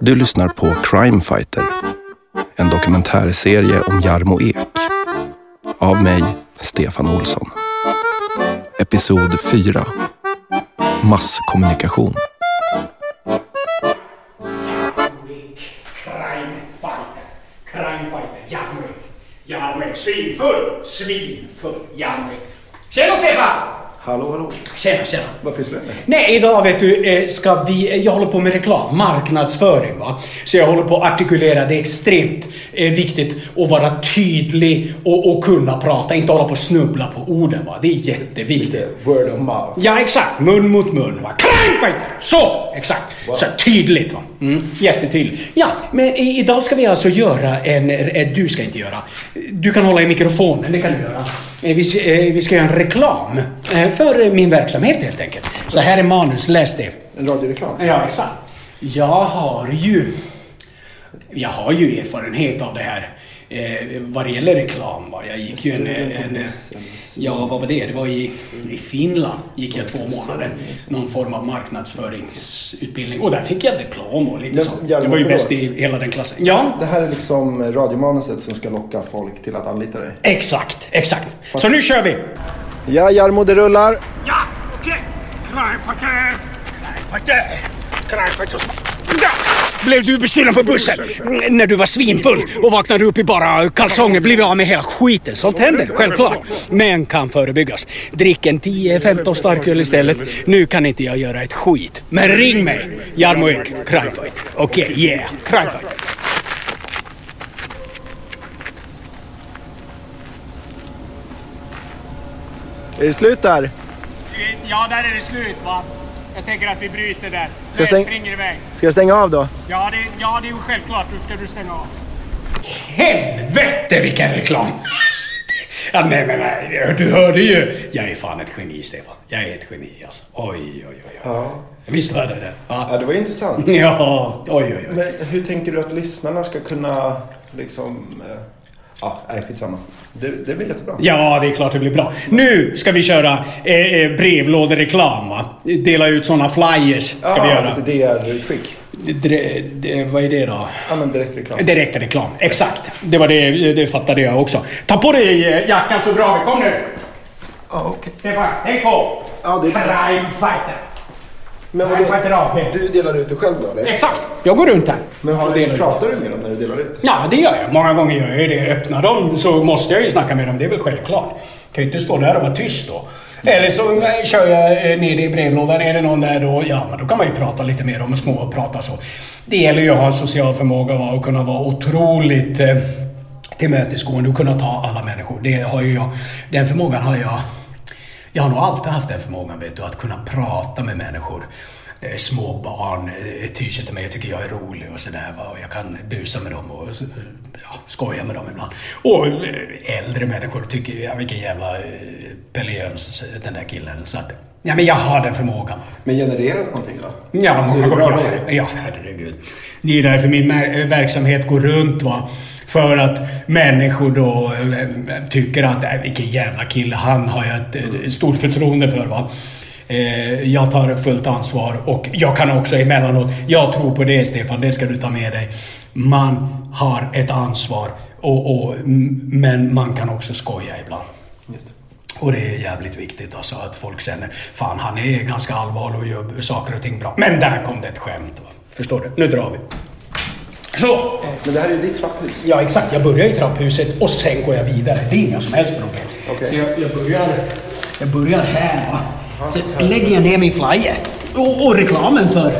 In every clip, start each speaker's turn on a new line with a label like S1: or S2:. S1: Du lyssnar på Crime Fighter. En dokumentärserie om Jarmo Ek. Av mig, Stefan Olsson. Episod 4. Masskommunikation.
S2: Crime fighter, crime fighter, Jarmrik. Jarmrik, svinfull, svinfull, Jarmrik. Tjena Stefan!
S1: Hallå, hallå.
S2: Tjena, tjena.
S1: Vad pysslar du med?
S2: Nej, idag vet du eh, ska vi... eh, Jag håller på med reklam, marknadsföring va. Så jag håller på att artikulera. Det är extremt eh, viktigt att vara tydlig och, och kunna prata. Inte hålla på och snubbla på orden va. Det är jätteviktigt.
S1: Word of mouth.
S2: Ja, exakt. Mun mot mun. Va? Crime fighter! Så! Exakt. Så tydligt. Va? Mm. Jättetydligt. Ja, men i, idag ska vi alltså göra en... eh, Du ska inte göra. Du kan hålla i mikrofonen, det kan du göra. Eh, Vi, ska- eh, vi ska göra en reklam eh, för eh, min verksamhet helt enkelt. Så här är manus, läs det.
S1: En radioreklam?
S2: Ja, exakt. Jag har ju... Jag har ju erfarenhet av det här. Eh, vad det gäller reklam. Va? Jag gick ju en... en, en ja, vad var det? Det var i, i Finland. gick jag två månader. Någon form av marknadsföringsutbildning. Och där fick jag diplom och lite
S3: Men,
S2: sånt.
S3: Hjalmar,
S2: Jag var ju
S3: förlåt.
S2: bäst i hela den klassen. Ja,
S3: Det här är liksom radiomanuset som ska locka folk till att anlita dig.
S2: exakt, exakt. Så nu kör vi!
S3: Ja, Jarmo, det rullar.
S2: Ja, okej. Krajfacker! Krajfacker! Krajfacker! Ja. Blev du bestulen på bussen Mm, när du var svinfull och vaknade upp i bara kalsonger? Blev av med hela skiten? Sånt händer, självklart. Men kan förebyggas. Drick en 10-15 starköl istället. Nu kan inte jag göra ett skit. Men ring mig! Jarmo Ek, Crime Okej, yeah. Crime
S3: Är det slut där?
S2: Ja, där är det slut va. Jag tänker att vi bryter där.
S3: Så jag stäng- springer
S2: iväg.
S3: Ska jag stänga av då?
S2: Ja det, ja, det är ju självklart. Nu ska du stänga av. Helvete vilken reklam! ja, nej, men nej, du hörde ju. Jag är fan ett geni, Stefan. Jag är ett geni alltså. Oj, oj, oj. oj.
S3: Ja.
S2: Visst hörde jag det?
S3: Ja,
S2: Ja.
S3: det var intressant.
S2: ja, oj, oj, oj.
S3: Men hur tänker du att lyssnarna ska kunna liksom... eh, Ja, nej, skitsamma. Det, det blir jättebra.
S2: Ja, det är klart det blir bra. Nu ska vi köra eh, eh, brevlådereklam va? Dela ut såna flyers ska vi
S3: Ja,
S2: göra.
S3: Ah, Lite DR-skick.
S2: Dre- d- vad är det då?
S3: Ja, men direktreklam.
S2: Direktreklam, exakt. Det var det, det fattade jag också. Ta på dig eh, jackan så bra vi. Kom nu!
S3: Ja, okej.
S2: Stefan, häng på!
S3: Ja, det är-
S2: Crime fighter!
S3: Men
S2: Nej, jag får inte av
S3: vadå?
S2: mig.
S3: Du delar ut det själv då, eller?
S2: Exakt! Jag går runt här.
S3: Men
S2: Och
S3: har
S2: delar
S3: du,
S2: ut.
S3: pratar du med dem när du delar ut?
S2: Ja, det gör jag. Många gånger gör jag det. Öppnar dem så måste jag ju snacka med dem. Det är väl självklart. Kan ju inte stå där och vara tyst då. Eller så eh, kör jag eh, ner det i brevlådan. Är det någon där då, ja men då kan man ju prata lite mer om små och prata så. Det gäller ju att ha en social förmåga va, och kunna vara otroligt eh, tillmötesgående och kunna ta alla människor. Det har ju jag. Den förmågan har jag. Jag har nog alltid haft den förmågan vet du, att kunna prata med människor. Eh, Små barn eh, tyr sig till mig och tycker jag är rolig och sådär. va. Och jag kan busa med dem och s- ja, skoja med dem ibland. Och eh, äldre människor tycker, ja vilken jävla eh, Pelle Jöns, eh, den där killen. Så att, ja men jag har den förmågan.
S3: Men genererar det någonting då?
S2: Ja,
S3: alltså, är
S2: många
S3: det
S2: gånger.
S3: bra med
S2: Ja, herregud. Det är ju därför min mer- verksamhet går runt va. För att människor då eh, tycker att äh, vilken jävla kille, han har jag ett, eh, stort förtroende för va. Eh, Jag tar fullt ansvar och jag kan också emellanåt, jag tror på det Stefan, det ska du ta med dig. Man har ett ansvar, och, och, m- men man kan också skoja ibland.
S3: Just det.
S2: Och det är jävligt viktigt alltså att folk känner fan han är ganska allvarlig och gör saker och ting bra. Men där kom det ett skämt. Va? Förstår du? Nu drar vi. Så! Eh,
S3: Men det här är ju ditt trapphus.
S2: Ja exakt, jag börjar i trapphuset och sen går jag vidare. Det är inga som helst problem.
S3: Okej.
S2: Så jag, jag, börjar, jag börjar här va. Sen lägger jag ner min flyer och, och reklamen för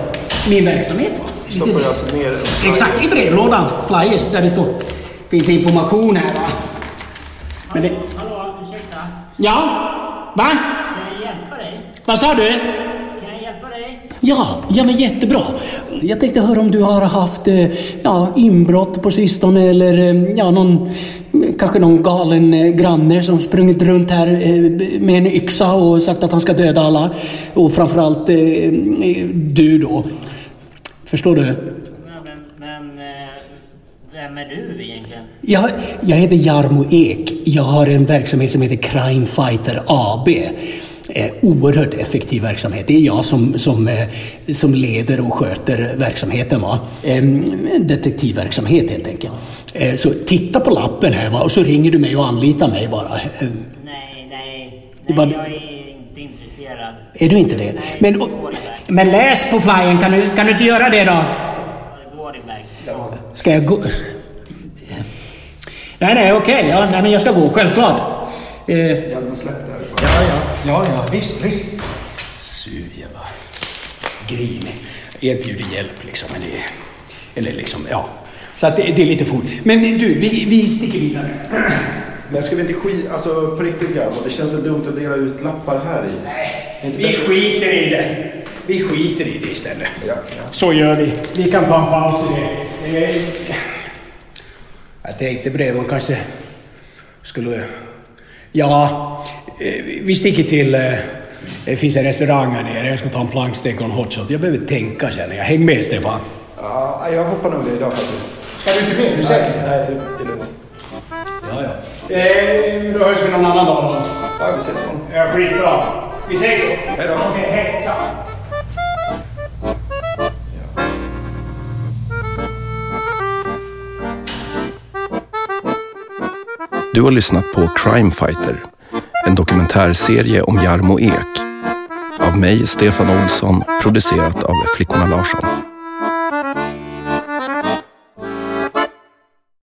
S2: min verksamhet. Va? Lite
S3: Stoppar
S2: så.
S3: du alltså ner
S2: Exakt, i brevlådan. Flyers där det står. Finns information här va. Men det...
S4: Hallå, ursäkta.
S2: Ja? Va?
S4: Kan jag hjälpa dig?
S2: Vad sa du?
S4: Kan jag hjälpa dig?
S2: Ja, ja men jättebra. Jag tänkte höra om du har haft eh, ja, inbrott på sistone eller eh, ja, någon, kanske någon galen eh, granne som sprungit runt här eh, med en yxa och sagt att han ska döda alla. Och framförallt eh, eh, du då. Förstår du?
S4: Men, men, men eh, vem är du egentligen?
S2: Jag, jag heter Jarmo Ek. Jag har en verksamhet som heter Crime Fighter AB.
S5: eh, oerhört effektiv verksamhet. Det är jag som, som, eh, som leder och sköter verksamheten. Va? Eh, detektivverksamhet helt enkelt. Eh, så titta på lappen här va? och så ringer du mig och anlitar mig bara. Eh,
S4: Nej, nej.
S5: Det var-
S4: nej jag är inte intresserad.
S5: är du inte det?
S4: Nej,
S5: Men,
S4: det
S5: och,
S4: går iväg.
S6: Men läs på flyen, kan du, kan du inte göra det då?
S4: Det går iväg.
S5: ska jag gå?
S6: Nej, nej, okej. Ja, nej, men jag ska gå, självklart. Eh, ja,
S3: Hjälmen släpp där.
S6: ja, visst, visst.
S5: sur jävla grinig. Erbjuder hjälp liksom. Men det, eller liksom, ja. Så att det, det är lite fort. Men du, vi, vi sticker vidare.
S3: Men ska vi inte skit... Alltså på riktigt Jarmo, det känns väl dumt att dela ut lappar här i? Inte
S5: Vi
S3: bättre?
S5: skiter i det. Vi skiter i det istället.
S3: Ja,
S5: Så gör vi.
S2: Vi kan ta en paus i det. Eh,
S5: Jag tänkte bredvid och kanske skulle... Ja, eh, vi sticker till... eh, Det finns en restaurang här nere. Jag ska ta en plankstek och en hotshot. Jag behöver tänka känner jag. Häng med Stefan.
S3: Ja, jag hoppar nog det idag faktiskt.
S2: Ska du inte med? Är Du
S3: Nej,
S2: säker?
S3: nej, det- det är lugnt.
S5: Ja, ja.
S2: Eh, Då hörs vi någon annan dag då.
S3: Ja, vi ses imorgon.
S2: Ja, skitbra. Vi ses då.
S3: Hej då.
S2: Okej, hej. Tja.
S1: Du har lyssnat på Crime Fighter, en dokumentärserie om Jarmo Ek. Av mig, Stefan Olsson, producerat av Flickorna Larsson.